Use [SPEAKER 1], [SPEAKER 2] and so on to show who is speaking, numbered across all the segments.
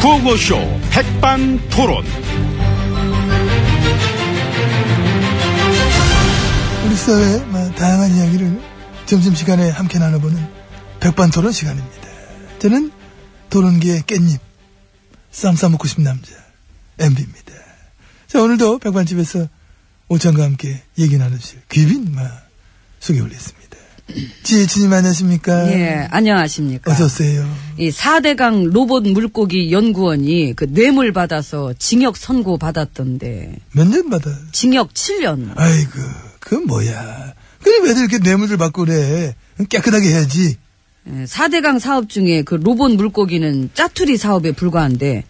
[SPEAKER 1] 구호쇼 백반토론.
[SPEAKER 2] 우리 사회의 뭐 다양한 이야기를 점심시간에 함께 나눠보는 백반토론 시간입니다. 저는 토론기의 깻잎, 쌈 싸먹고 싶은 남자, MB입니다. 자, 오늘도 백반집에서 오찬과 함께 얘기 나누실 귀빈, 마 소개 올렸습니다. 지혜진님 안녕하십니까?
[SPEAKER 3] 예, 안녕하십니까.
[SPEAKER 2] 어서오세요.
[SPEAKER 3] 이 4대강 로봇 물고기 연구원이 그 뇌물 받아서 징역 선고 받았던데,
[SPEAKER 2] 몇 년 받아?
[SPEAKER 3] 징역 7년.
[SPEAKER 2] 아이고, 그 뭐야. 그럼 왜들 이렇게 뇌물들 받고 그래. 깨끗하게 해야지.
[SPEAKER 3] 예, 4대강 사업 중에 그 로봇 물고기는 짜투리 사업에 불과한데,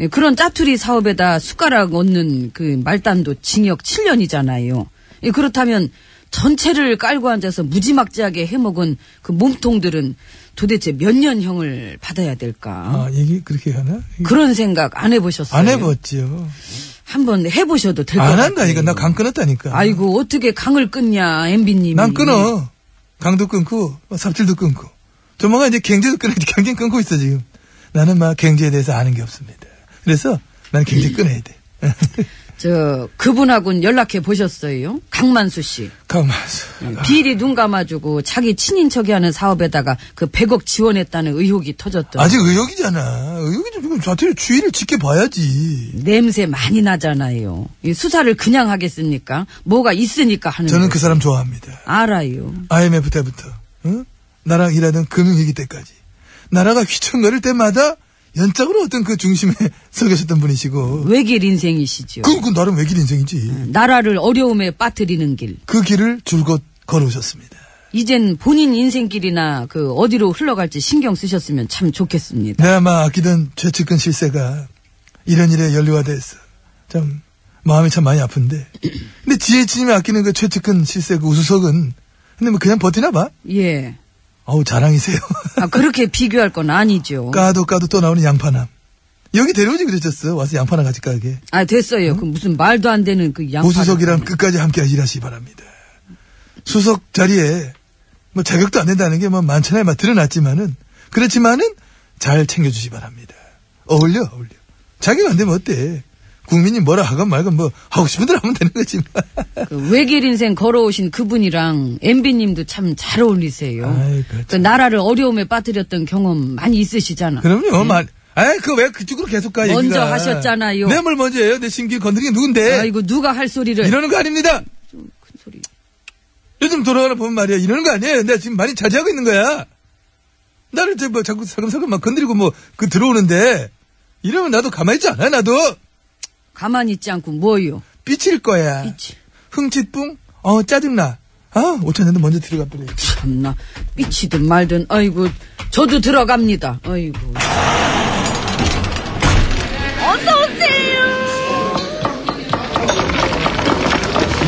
[SPEAKER 3] 예, 그런 짜투리 사업에다 숟가락 얹는 그 말단도 징역 7년이잖아요. 예, 그렇다면 전체를 깔고 앉아서 무지막지하게 해먹은 그 몸통들은 도대체 몇 년형을 받아야 될까?
[SPEAKER 2] 아, 얘기 그렇게 하나?
[SPEAKER 3] 그런 생각 안 해보셨어요?
[SPEAKER 2] 안 해봤지요.
[SPEAKER 3] 한번 해보셔도 될 것 같아요.
[SPEAKER 2] 안 한다니까. 나 강 끊었다니까.
[SPEAKER 3] 아이고 어떻게 강을 끊냐 엠비님.
[SPEAKER 2] 난 끊어. 강도 끊고, 어, 삽질도 끊고. 조만간 이제 갱제도 끊어야지. 갱제 끊고 있어, 지금. 나는 막 갱제에 대해서 아는 게 없습니다. 그래서 난 갱제 끊어야 돼. 예,
[SPEAKER 3] 저 그분하고는 연락해 보셨어요? 강만수 씨.
[SPEAKER 2] 가만있어.
[SPEAKER 3] 비리 눈 감아주고 자기 친인척이 하는 사업에다가 그 100억 지원했다는 의혹이 터졌던.
[SPEAKER 2] 아직 의혹이잖아. 의혹이 좀 지금 자태를 주의를 지켜봐야지.
[SPEAKER 3] 냄새 많이 나잖아요. 이 수사를 그냥 하겠습니까? 뭐가 있으니까 하는.
[SPEAKER 2] 저는 그
[SPEAKER 3] 거지.
[SPEAKER 2] 사람 좋아합니다.
[SPEAKER 3] 알아요.
[SPEAKER 2] IMF 때부터, 응? 나랑 일하던 금융위기 때까지. 나라가 휘청거릴 때마다 연적으로 어떤 그 중심에 서 계셨던 분이시고.
[SPEAKER 3] 외길 인생이시죠.
[SPEAKER 2] 그, 그 나름 외길
[SPEAKER 3] 음.
[SPEAKER 2] 인생이지.
[SPEAKER 3] 나라를 어려움에 빠뜨리는 길.
[SPEAKER 2] 그 길을 줄곧 걸어오셨습니다.
[SPEAKER 3] 이젠 본인 인생길이나 그 어디로 흘러갈지 신경 쓰셨으면 참 좋겠습니다.
[SPEAKER 2] 내가 막 네, 아끼던 최측근 실세가 이런 일에 연루화돼서 참 마음이 참 많이 아픈데 근데 지혜진님이 아끼는 그 최측근 실세 그 우수석은 근데 뭐 그냥 버티나 봐
[SPEAKER 3] 예.
[SPEAKER 2] 어우 자랑이세요
[SPEAKER 3] 아, 그렇게 비교할 건 아니죠.
[SPEAKER 2] 까도 까도 또 나오는 양파남 여기 데려오지 그랬었어 와서 양파남 같이 까게
[SPEAKER 3] 아, 됐어요. 그 무슨 말도 안 되는 그 양파.
[SPEAKER 2] 우수석이랑 끝까지 함께 일하시기 바랍니다 수석 자리에 뭐 자격도 안 된다는 게 뭐 많잖아요 막 드러났지만은 그렇지만은 잘 챙겨주시 기 바랍니다 어울려 어울려 자기가 안 되면 어때? 국민이 뭐라 하건 말건 뭐 하고 싶은 대로 하면 되는 거지.
[SPEAKER 3] 그 외길 인생 걸어오신 그분이랑 MB님도 참 잘 어울리세요.
[SPEAKER 2] 아이고, 그렇죠.
[SPEAKER 3] 그 나라를 어려움에 빠뜨렸던 경험 많이 있으시잖아.
[SPEAKER 2] 그럼요. 말. 아이 그왜 그쪽으로 계속 가
[SPEAKER 3] 네. 먼저
[SPEAKER 2] 얘기가.
[SPEAKER 3] 하셨잖아요.
[SPEAKER 2] 내뭘 먼저 해요? 내 신기 건드린 게 누군데?
[SPEAKER 3] 아이고, 누가 할 소리를.
[SPEAKER 2] 네. 이러는 거 아닙니다.
[SPEAKER 3] 큰 소리.
[SPEAKER 2] 요즘 돌아가는 보면 말이야. 이러는 거 아니에요. 내가 지금 많이 자제하고 있는 거야. 나를 이제 뭐 자꾸 사금사금 막 건드리고 뭐 그 들어오는데 이러면 나도 가만히 있지 않아. 나도
[SPEAKER 3] 가만히 있지 않고 뭐요?
[SPEAKER 2] 삐칠 거야.
[SPEAKER 3] 삐치.
[SPEAKER 2] 흥칫뿡. 어 짜증나. 아 5천 년도 먼저 들어갔더래
[SPEAKER 3] 참나. 삐치든 말든, 아이고, 저도 들어갑니다. 아이고.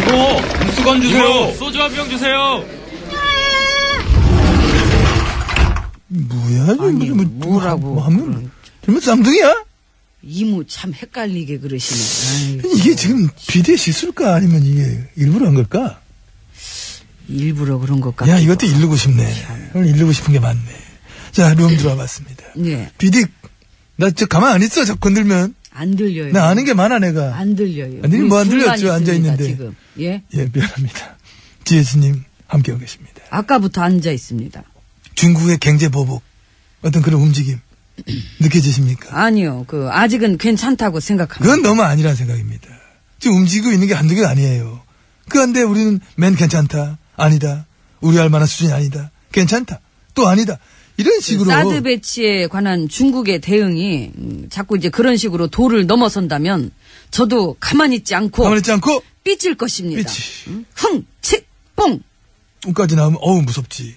[SPEAKER 1] 이거 수건 주세요.
[SPEAKER 4] 소주 한 병 주세요.
[SPEAKER 2] 뭐야? 이거
[SPEAKER 3] 아니,
[SPEAKER 2] 무슨 뭐,
[SPEAKER 3] 뭐라고
[SPEAKER 2] 뭐 하면 정말 쌍둥이야?
[SPEAKER 3] 이모 참 헷갈리게 그러시네. 아이고,
[SPEAKER 2] 이게 지금 비디의 실수일까 아니면 이게 일부러 한 걸까?
[SPEAKER 3] 일부러 그런 것 같아.
[SPEAKER 2] 야 이것도 이르고 싶네. 오늘 이르고 싶은 게 많네. 자 룸 들어와봤습니다.
[SPEAKER 3] 예.
[SPEAKER 2] 비디 나 저 가만 안 있어 자꾸 건들면
[SPEAKER 3] 안 들려요.
[SPEAKER 2] 나 아는 게 많아 내가.
[SPEAKER 3] 안 들려요.
[SPEAKER 2] 아니, 뭐안
[SPEAKER 3] 우리 둘만
[SPEAKER 2] 들렸죠, 앉아
[SPEAKER 3] 있습니다,
[SPEAKER 2] 있는데.
[SPEAKER 3] 지금. 예?
[SPEAKER 2] 예 미안합니다. 지혜진님 함께하고 계십니다.
[SPEAKER 3] 아까부터 앉아 있습니다.
[SPEAKER 2] 중국의 경제 보복 어떤 그런 움직임 느껴지십니까?
[SPEAKER 3] 아니요, 그, 아직은 괜찮다고 생각합니다.
[SPEAKER 2] 그건 너무 아니란 생각입니다. 지금 움직이고 있는 게 한두 개가 아니에요. 그런데 우리는 맨 괜찮다, 아니다, 우리 할 만한 수준이 아니다, 괜찮다, 또 아니다. 이런 식으로.
[SPEAKER 3] 사드 배치에 관한 중국의 대응이 음, 자꾸 이제 그런 식으로 도를 넘어선다면 저도 가만히 있지 않고
[SPEAKER 2] 가만히 있지 않고
[SPEAKER 3] 삐질 것입니다.
[SPEAKER 2] 삐치.
[SPEAKER 3] 응? 흥, 칙, 뽕.
[SPEAKER 2] 까지 나오면 어우 무섭지.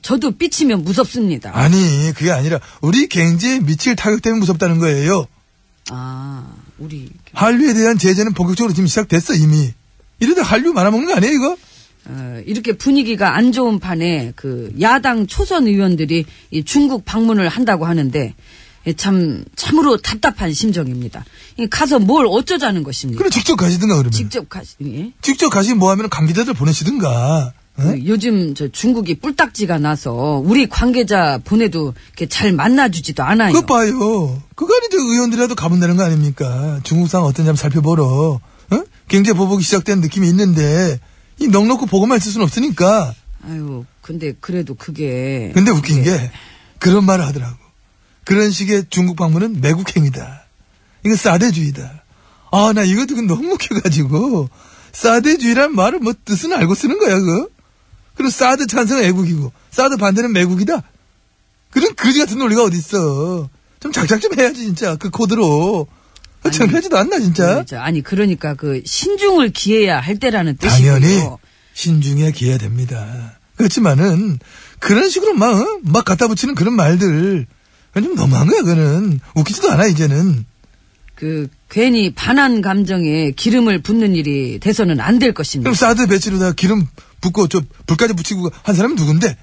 [SPEAKER 3] 저도 삐치면 무섭습니다.
[SPEAKER 2] 아니 그게 아니라 우리 경제에 미칠 타격 때문에 무섭다는 거예요.
[SPEAKER 3] 아, 우리
[SPEAKER 2] 한류에 대한 제재는 본격적으로 지금 시작됐어 이미. 이러다 한류 말아먹는 거 아니에요 이거?
[SPEAKER 3] 어, 이렇게 분위기가 안 좋은 판에 그 야당 초선 의원들이 이 중국 방문을 한다고 하는데 예, 참 참으로 답답한 심정입니다. 이 가서 뭘
[SPEAKER 2] 그렇죠.
[SPEAKER 3] 어쩌자는 것입니까?
[SPEAKER 2] 그럼 네. 직접 가시든가 그러면. 뭐
[SPEAKER 3] 직접 가시 예?
[SPEAKER 2] 직접 가시면 뭐하면 감기자들 보내시든가.
[SPEAKER 3] 그 요즘 저 중국이 뿔딱지가 나서 우리 관계자 보내도 이렇게 잘 만나주지도 않아요.
[SPEAKER 2] 그거 봐요. 그건 이제 의원들이라도 가본다는 거 아닙니까? 중국상 어떤지 한번 살펴보러. 어? 경제 보복이 시작된 느낌이 있는데, 이 넉넉히 보고만 있을 순 없으니까.
[SPEAKER 3] 아유, 근데 그래도 그게.
[SPEAKER 2] 근데 웃긴 게, 그런 말을 하더라고. 그런 식의 중국 방문은 매국행위다. 이거 싸대주의다. 아, 나 이거 듣고 너무 웃겨가지고. 싸대주의란 말을 뭐 뜻은 알고 쓰는 거야, 그거? 그리고 사드 찬성은 애국이고, 사드 반대는 매국이다? 그런 그지 같은 논리가 어딨어. 좀 작작 좀 해야지, 진짜. 그 코드로. 아, 창피하지도 않나, 진짜?
[SPEAKER 3] 네, 저, 아니, 그러니까 그 신중을 기해야 할 때라는 뜻이고.
[SPEAKER 2] 당연히 신중에 기해야 됩니다. 그렇지만은, 그런 식으로 막, 어? 막 갖다 붙이는 그런 말들. 그건 좀 너무한 거야, 그거는. 웃기지도 않아, 이제는.
[SPEAKER 3] 그 괜히 반한 감정에 기름을 붓는 일이 돼서는 안 될 것입니다.
[SPEAKER 2] 그럼 사드 배치로다가 기름 붓고, 저, 불까지 붙이고 한 사람이 누군데?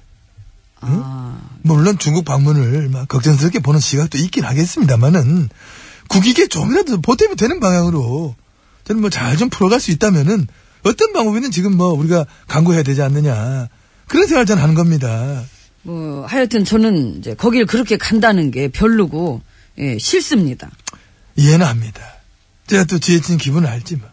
[SPEAKER 3] 아,
[SPEAKER 2] 물론 중국 방문을 막 걱정스럽게 보는 시각도 있긴 하겠습니다만은 국익에 좀이라도 보탬이 되는 방향으로 저는 뭐 잘 좀 풀어갈 수 있다면은 어떤 방법이든 지금 뭐 우리가 강구해야 되지 않느냐 그런 생각을 저는 하는 겁니다.
[SPEAKER 3] 뭐 하여튼 저는 이제 거길 그렇게 간다는 게 별로고 예, 싫습니다.
[SPEAKER 2] 이해는 합니다. 제가 또 지혜진 기분을 알지 뭐.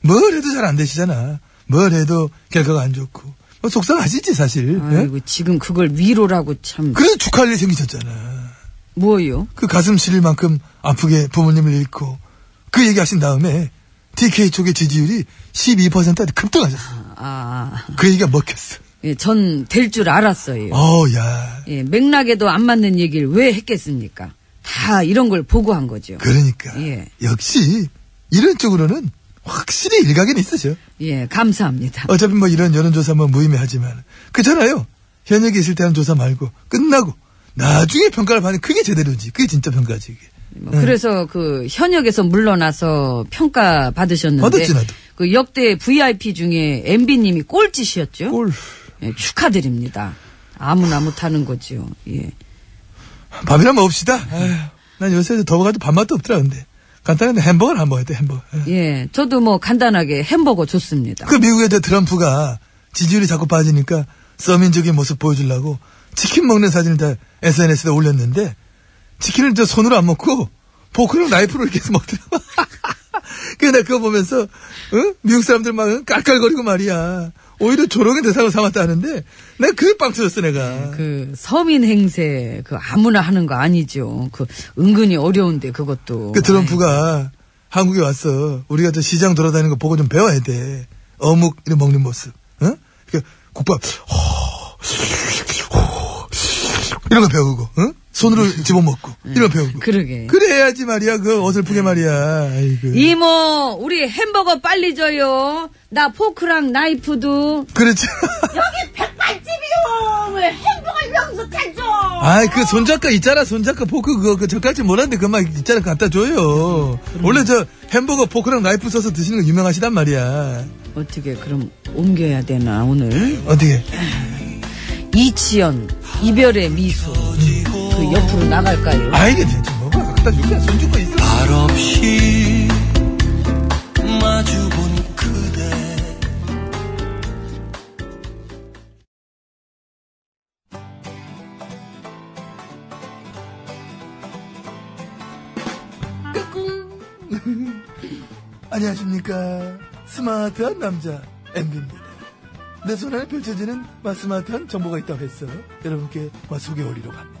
[SPEAKER 2] 뭘 해도 잘 안 되시잖아. 뭘 해도 결과가 안 좋고 뭐 속상하시지 사실. 예?
[SPEAKER 3] 아이고 지금 그걸 위로라고 참
[SPEAKER 2] 그래서 축하할 일이 생기셨잖아.
[SPEAKER 3] 뭐요?
[SPEAKER 2] 그 가슴 시릴 만큼 아프게 부모님을 잃고 그 얘기하신 다음에 TK 쪽의 지지율이 12%까지 급등하셨어.
[SPEAKER 3] 아,
[SPEAKER 2] 그 얘기가 먹혔어.
[SPEAKER 3] 예, 전될 줄 알았어요.
[SPEAKER 2] 어우 야.
[SPEAKER 3] 예, 맥락에도 안 맞는 얘기를 왜 했겠습니까? 다 이런 걸 보고한 거죠.
[SPEAKER 2] 그러니까
[SPEAKER 3] 예.
[SPEAKER 2] 역시 이런 쪽으로는 확실히 일각에는 있으셔.
[SPEAKER 3] 예, 감사합니다.
[SPEAKER 2] 어차피 뭐 이런 여론조사 뭐 무의미하지만 그잖아요. 현역에 있을 때 하는 조사 말고 끝나고 나중에 평가를 받는 그게 제대로지. 그게 진짜 평가지. 이게.
[SPEAKER 3] 뭐 그래서 그 현역에서 물러나서 평가 받으셨는데
[SPEAKER 2] 받았지, 나도.
[SPEAKER 3] 그 역대 VIP 중에 MB 님이 꼴찌셨죠?
[SPEAKER 2] 꼴
[SPEAKER 3] 예, 축하드립니다. 아무나 못하는 거지요. 예.
[SPEAKER 2] 밥이나 먹읍시다. 아휴, 난 요새 더워가지고 밥맛도 없더라 근데 간단한데 햄버거를 한 번 먹어야 돼 햄버거. 예.
[SPEAKER 3] 예. 저도 뭐 간단하게 햄버거 줬습니다.
[SPEAKER 2] 그 미국의 저 트럼프가 지지율이 자꾸 빠지니까 서민적인 모습 보여주려고 치킨 먹는 사진을 다 SNS에 올렸는데 치킨을 저 손으로 안 먹고 포크랑 나이프로 이렇게 해서 먹더라고. 그나 그거 보면서 어? 미국 사람들 막 깔깔거리고 말이야. 오히려 조롱의 대상을 삼았다 하는데 내가 그게 빵 터졌어 내가.
[SPEAKER 3] 그 서민 행세 그 아무나 하는 거 아니죠. 그 은근히 어려운데 그것도. 예,
[SPEAKER 2] 그 트럼프가 한국에 왔어. 우리가 저 시장 돌아다니는 거 보고 좀 배워야 돼. 어묵 이런 먹는 모습. 응? 그 국밥. 이런 거 배우고, 응? 손으로 집어먹고, 이런 거 배우고.
[SPEAKER 3] 그러게.
[SPEAKER 2] 그래야지 말이야, 그 어설프게 말이야. 아이고.
[SPEAKER 3] 이모, 우리 햄버거 빨리 줘요. 나 포크랑 나이프도.
[SPEAKER 2] 그렇지.
[SPEAKER 4] 백반집이요! 왜 행복을 명수 찾죠?
[SPEAKER 2] 아이, 그 손작가 있잖아, 손작가 포크 그거, 그 젓갈지 몰랐는데 그만 있잖아, 갖다 줘요. 원래 저 햄버거 포크랑 나이프 써서 드시는 거 유명하시단 말이야.
[SPEAKER 3] 어떻게 그럼 옮겨야 되나 오늘?
[SPEAKER 2] 어떻게?
[SPEAKER 3] 이치연, 이별의 미소. 그 옆으로 나갈까요?
[SPEAKER 2] 아이, 이게 대체 뭐가 갖다 줄게, 손주고 있어.
[SPEAKER 5] 음. 말 없이 마주본 그대
[SPEAKER 2] 안녕하십니까 스마트한 남자 MB입니다 내 손안에 펼쳐지는 막 스마트한 정보가 있다고 해서 여러분께 막 소개해드리러 갑니다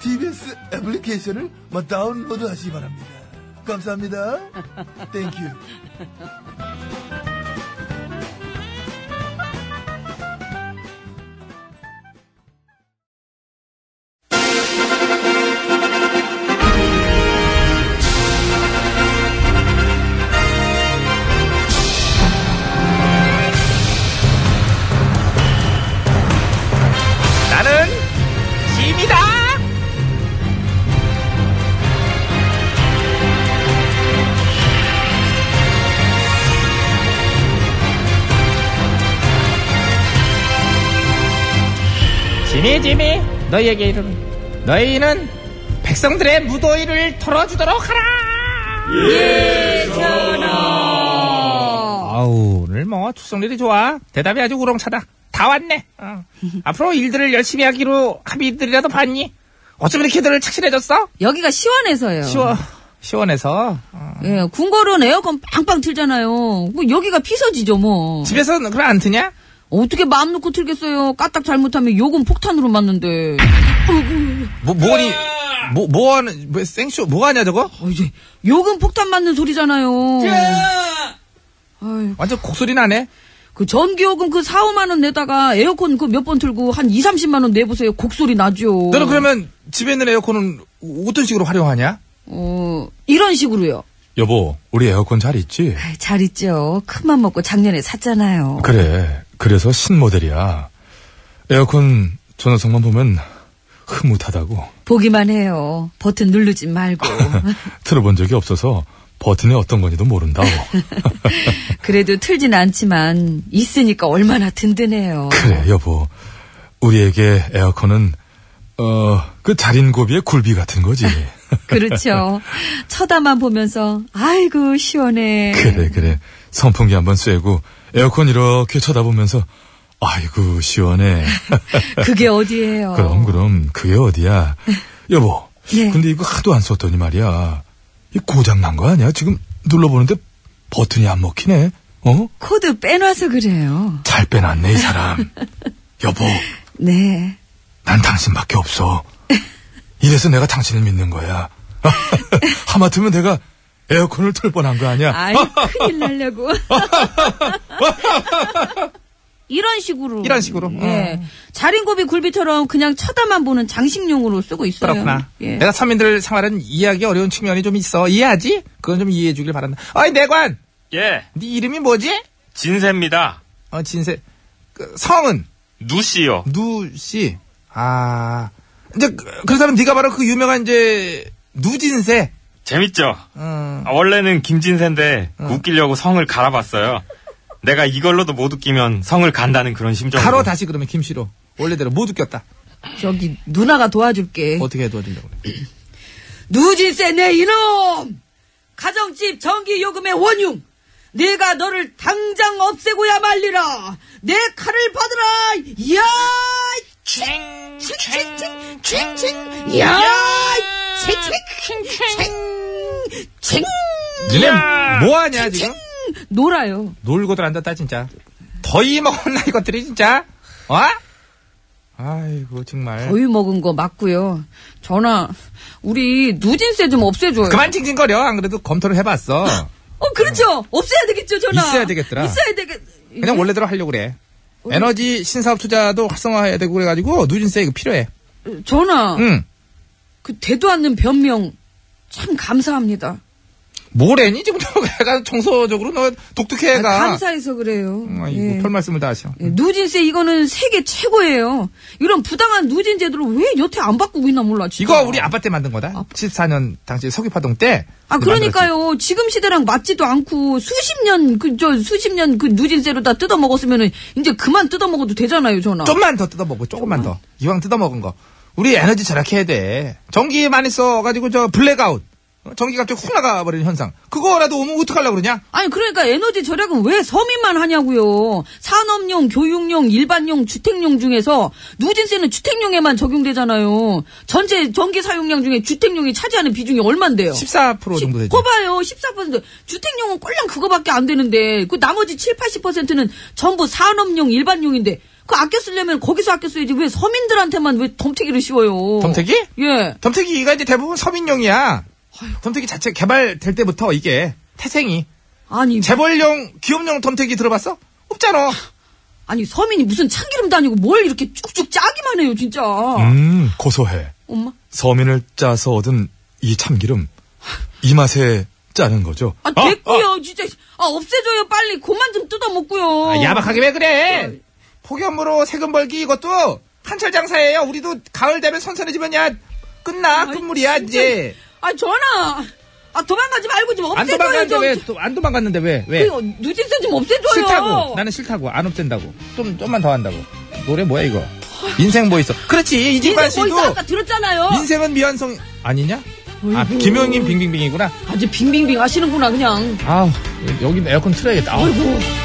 [SPEAKER 2] TBS 애플리케이션을 막 다운로드 하시기 바랍니다 감사합니다 땡큐
[SPEAKER 6] 지미 지미 너희에게 이르는 너희는 백성들의 무더위를 털어주도록 하라.
[SPEAKER 3] 어.
[SPEAKER 6] 아우 오늘 뭐 추성들이 좋아 대답이 아주 우렁차다 다 왔네 어. 앞으로 일들을 열심히 하기로 합의들이라도 봤니 어쩜 이렇게들 착실해졌어
[SPEAKER 3] 여기가 시원해서요.
[SPEAKER 6] 시원 시원해서 어.
[SPEAKER 3] 예, 궁궐은 에어컨 빵빵 틀잖아요. 뭐 여기가 피서지죠 뭐.
[SPEAKER 6] 집에서는 그럼 안 트냐
[SPEAKER 3] 어떻게 마음 놓고 틀겠어요. 까딱 잘못하면 요금 폭탄으로 맞는데.
[SPEAKER 6] 뭐 뭐니 뭐 뭐하는 뭐 생쇼 뭐하냐 저거
[SPEAKER 3] 어, 이제 요금 폭탄 맞는 소리잖아요. 아유,
[SPEAKER 6] 완전 곡소리 나네
[SPEAKER 3] 그 전기요금 그 4, 5만 원 내다가 에어컨 그 몇 번 틀고 한 2, 30만 원 내보세요. 곡소리 나죠.
[SPEAKER 6] 너는 그러면 집에 있는 에어컨은 어떤 식으로 활용하냐
[SPEAKER 3] 어, 이런 식으로요.
[SPEAKER 7] 여보, 우리 에어컨 잘 있지?
[SPEAKER 3] 아이, 잘 있죠. 큰맘 먹고 작년에 샀잖아요.
[SPEAKER 7] 그래. 그래서 신모델이야. 에어컨 음, 전화성만 보면 흐뭇하다고.
[SPEAKER 3] 보기만 해요. 버튼 누르지 말고.
[SPEAKER 7] 틀어본 적이 없어서 버튼이 어떤 건지도 모른다고.
[SPEAKER 3] 그래도 틀진 않지만 있으니까 얼마나 든든해요.
[SPEAKER 7] 그래, 여보. 우리에게 에어컨은, 어, 그 자린고비의 굴비 같은 거지.
[SPEAKER 3] 네. 그렇죠. 쳐다만 보면서 아이고 시원해.
[SPEAKER 7] 그래, 그래. 선풍기 한번 쐬고 에어컨 이렇게 쳐다보면서 아이고, 시원해.
[SPEAKER 3] 그게 어디예요?
[SPEAKER 7] 그럼 그럼 그게 어디야 여보
[SPEAKER 3] 예.
[SPEAKER 7] 근데 이거 하도 안 썼더니 말이야 이 고장 난 거 아니야 지금 눌러보는데 버튼이 안 먹히네 어잘
[SPEAKER 3] 코드 빼놔서 그래요.
[SPEAKER 7] 빼놨네 이 사람 여보
[SPEAKER 3] 네.
[SPEAKER 7] 난 당신밖에 없어 이래서 내가 당신을 믿는 거야 하마터면 내가 에어컨을 틀 뻔한 거 아니야
[SPEAKER 3] 아이 큰일 날려고. 이런 식으로.
[SPEAKER 6] 이런 식으로? 어.
[SPEAKER 3] 예. 자린고비 굴비처럼 그냥 쳐다만 보는 장식용으로 쓰고 있어요.
[SPEAKER 6] 그렇구나.
[SPEAKER 3] 예.
[SPEAKER 6] 내가 서민들 생활은 이해하기 어려운 측면이 좀 있어. 이해하지? 그건 좀 이해해 주길 바란다. 어이, 내관!
[SPEAKER 1] 예,
[SPEAKER 6] 네 이름이 뭐지?
[SPEAKER 1] 진세입니다.
[SPEAKER 6] 어, 진세. 그, 성은?
[SPEAKER 1] 누씨요.
[SPEAKER 6] 누씨. 아. 이제, 그, 그 사람 네가 바로 그 유명한 이제, 누진세.
[SPEAKER 1] 재밌죠?
[SPEAKER 6] 어.
[SPEAKER 1] 아, 원래는 김진세인데 웃기려고 성을 갈아봤어요. 내가 이걸로도 못 웃기면 성을 간다는 그런 심정으로.
[SPEAKER 6] 가로 다시 그러면 김씨로. 원래대로 못 웃겼다.
[SPEAKER 3] 저기 누나가 도와줄게.
[SPEAKER 6] 어떻게 도와준다고 그래.
[SPEAKER 3] 누진세 내 이놈! 가정집 전기요금의 원흉! 내가 너를 당장 없애고야 말리라! 내 칼을 받으라! 이야! 칭칭칭칭칭칭! 야! 칭칭칭칭칭!
[SPEAKER 6] 니네 뭐하냐, 지금?
[SPEAKER 3] 놀아요.
[SPEAKER 6] 놀고 들한다, 다 진짜. 더위 먹었나, 이것들이, 진짜? 어? 아이고, 정말.
[SPEAKER 3] 거의 먹은 거 맞고요. 전화, 우리 누진세 좀 없애줘요.
[SPEAKER 6] 그만 징징거려. 안 그래도 검토를 해봤어.
[SPEAKER 3] 어, 그렇죠! 없애야 되겠죠, 전화!
[SPEAKER 6] 있어야 되겠더라.
[SPEAKER 3] 있어야 되겠...
[SPEAKER 6] 그냥 원래대로 하려고 그래. 에너지 신사업 투자도 활성화해야 되고 그래가지고 누진세 이거 필요해.
[SPEAKER 3] 전화!
[SPEAKER 6] 응.
[SPEAKER 3] 그 되도 않는 변명 참 감사합니다.
[SPEAKER 6] 뭐래니 지금 내가 청소적으로 너
[SPEAKER 3] 아,
[SPEAKER 6] 독특해가.
[SPEAKER 3] 감사해서 그래요.
[SPEAKER 6] 음, 아이고,
[SPEAKER 3] 예.
[SPEAKER 6] 별 말씀을 다 하셔.
[SPEAKER 3] 예, 누진세 이거는 세계 최고예요. 이런 부당한 누진 제도를 왜 여태 안 바꾸고 있나 몰라. 진짜.
[SPEAKER 6] 이거 우리 아빠 때 만든 거다. 14년 당시 서귀파동 때.
[SPEAKER 3] 아 그러니까요. 지금 시대랑 맞지도 않고 수십 년 그 저 수십 년 그 누진세로 다 뜯어 먹었으면은 이제 그만 뜯어 먹어도 되잖아요, 전화.
[SPEAKER 6] 좀만 더 뜯어먹고 조금만 더. 이왕 뜯어먹은 거. 우리 에너지 절약해야 돼. 전기 많이 써가지고 저 블랙아웃. 어? 전기 갑자기 훅 나가버리는 현상. 그거라도 오면 어떡하려고 그러냐?
[SPEAKER 3] 아니 그러니까 에너지 절약은 왜 서민만 하냐고요. 산업용, 교육용, 일반용, 주택용 중에서 누진세는 주택용에만 적용되잖아요. 전체 전기 사용량 중에 주택용이 차지하는 비중이 얼만데요?
[SPEAKER 6] 14% 정도 되죠.
[SPEAKER 3] 거봐요. 14%. 주택용은 꼴랑 그거밖에 안 되는데 그 나머지 7, 80%는 전부 산업용, 일반용인데 그 아껴 쓰려면 거기서 아껴 써야지 왜 서민들한테만 왜 덤태기를 씌워요?
[SPEAKER 6] 덤태기?
[SPEAKER 3] 예.
[SPEAKER 6] 덤태기가 이제 대부분 서민용이야. 덤태기 자체 개발될 때부터 이게 태생이
[SPEAKER 3] 아니
[SPEAKER 6] 재벌용 기업용 덤태기 들어봤어? 없잖아.
[SPEAKER 3] 아니 서민이 무슨 참기름도 아니고 뭘 이렇게 쭉쭉 짜기만 해요, 진짜.
[SPEAKER 7] 음 고소해
[SPEAKER 3] 엄마.
[SPEAKER 7] 서민을 짜서 얻은 이 참기름 이 맛에 짜는 거죠
[SPEAKER 3] 아,
[SPEAKER 6] 어,
[SPEAKER 3] 됐고요, 진짜. 아, 없애줘요, 빨리. 그만 좀 뜯어먹고요.
[SPEAKER 6] 아, 야박하게 왜 그래? 폭염으로 세금 벌기 이것도 한철 장사예요. 우리도 가을 되면 선선해지면 야 끝나 끝물이야
[SPEAKER 3] 진짜.
[SPEAKER 6] 이제.
[SPEAKER 3] 아, 전화. 아, 도망가지 말고 좀
[SPEAKER 6] 안
[SPEAKER 3] 없애줘요,
[SPEAKER 6] 도망갔는데
[SPEAKER 3] 좀.
[SPEAKER 6] 왜? 또 안 도망갔는데 왜? 왜?
[SPEAKER 3] 그, 누진세 좀 없애줘요.
[SPEAKER 6] 싫다고. 나는 싫다고. 안 없앤다고. 좀 좀만 더 한다고. 노래 뭐야 이거? 인생 뭐 있어? 그렇지 이진관
[SPEAKER 3] 인생 보이스
[SPEAKER 6] 씨도
[SPEAKER 3] 아까 들었잖아요.
[SPEAKER 6] 인생은 미완성 아니냐? 아 김용인 빙빙빙이구나.
[SPEAKER 3] 아주 빙빙빙 하시는구나 그냥.
[SPEAKER 6] 아 여기 에어컨 틀어야겠다. 아우.
[SPEAKER 3] 아이고.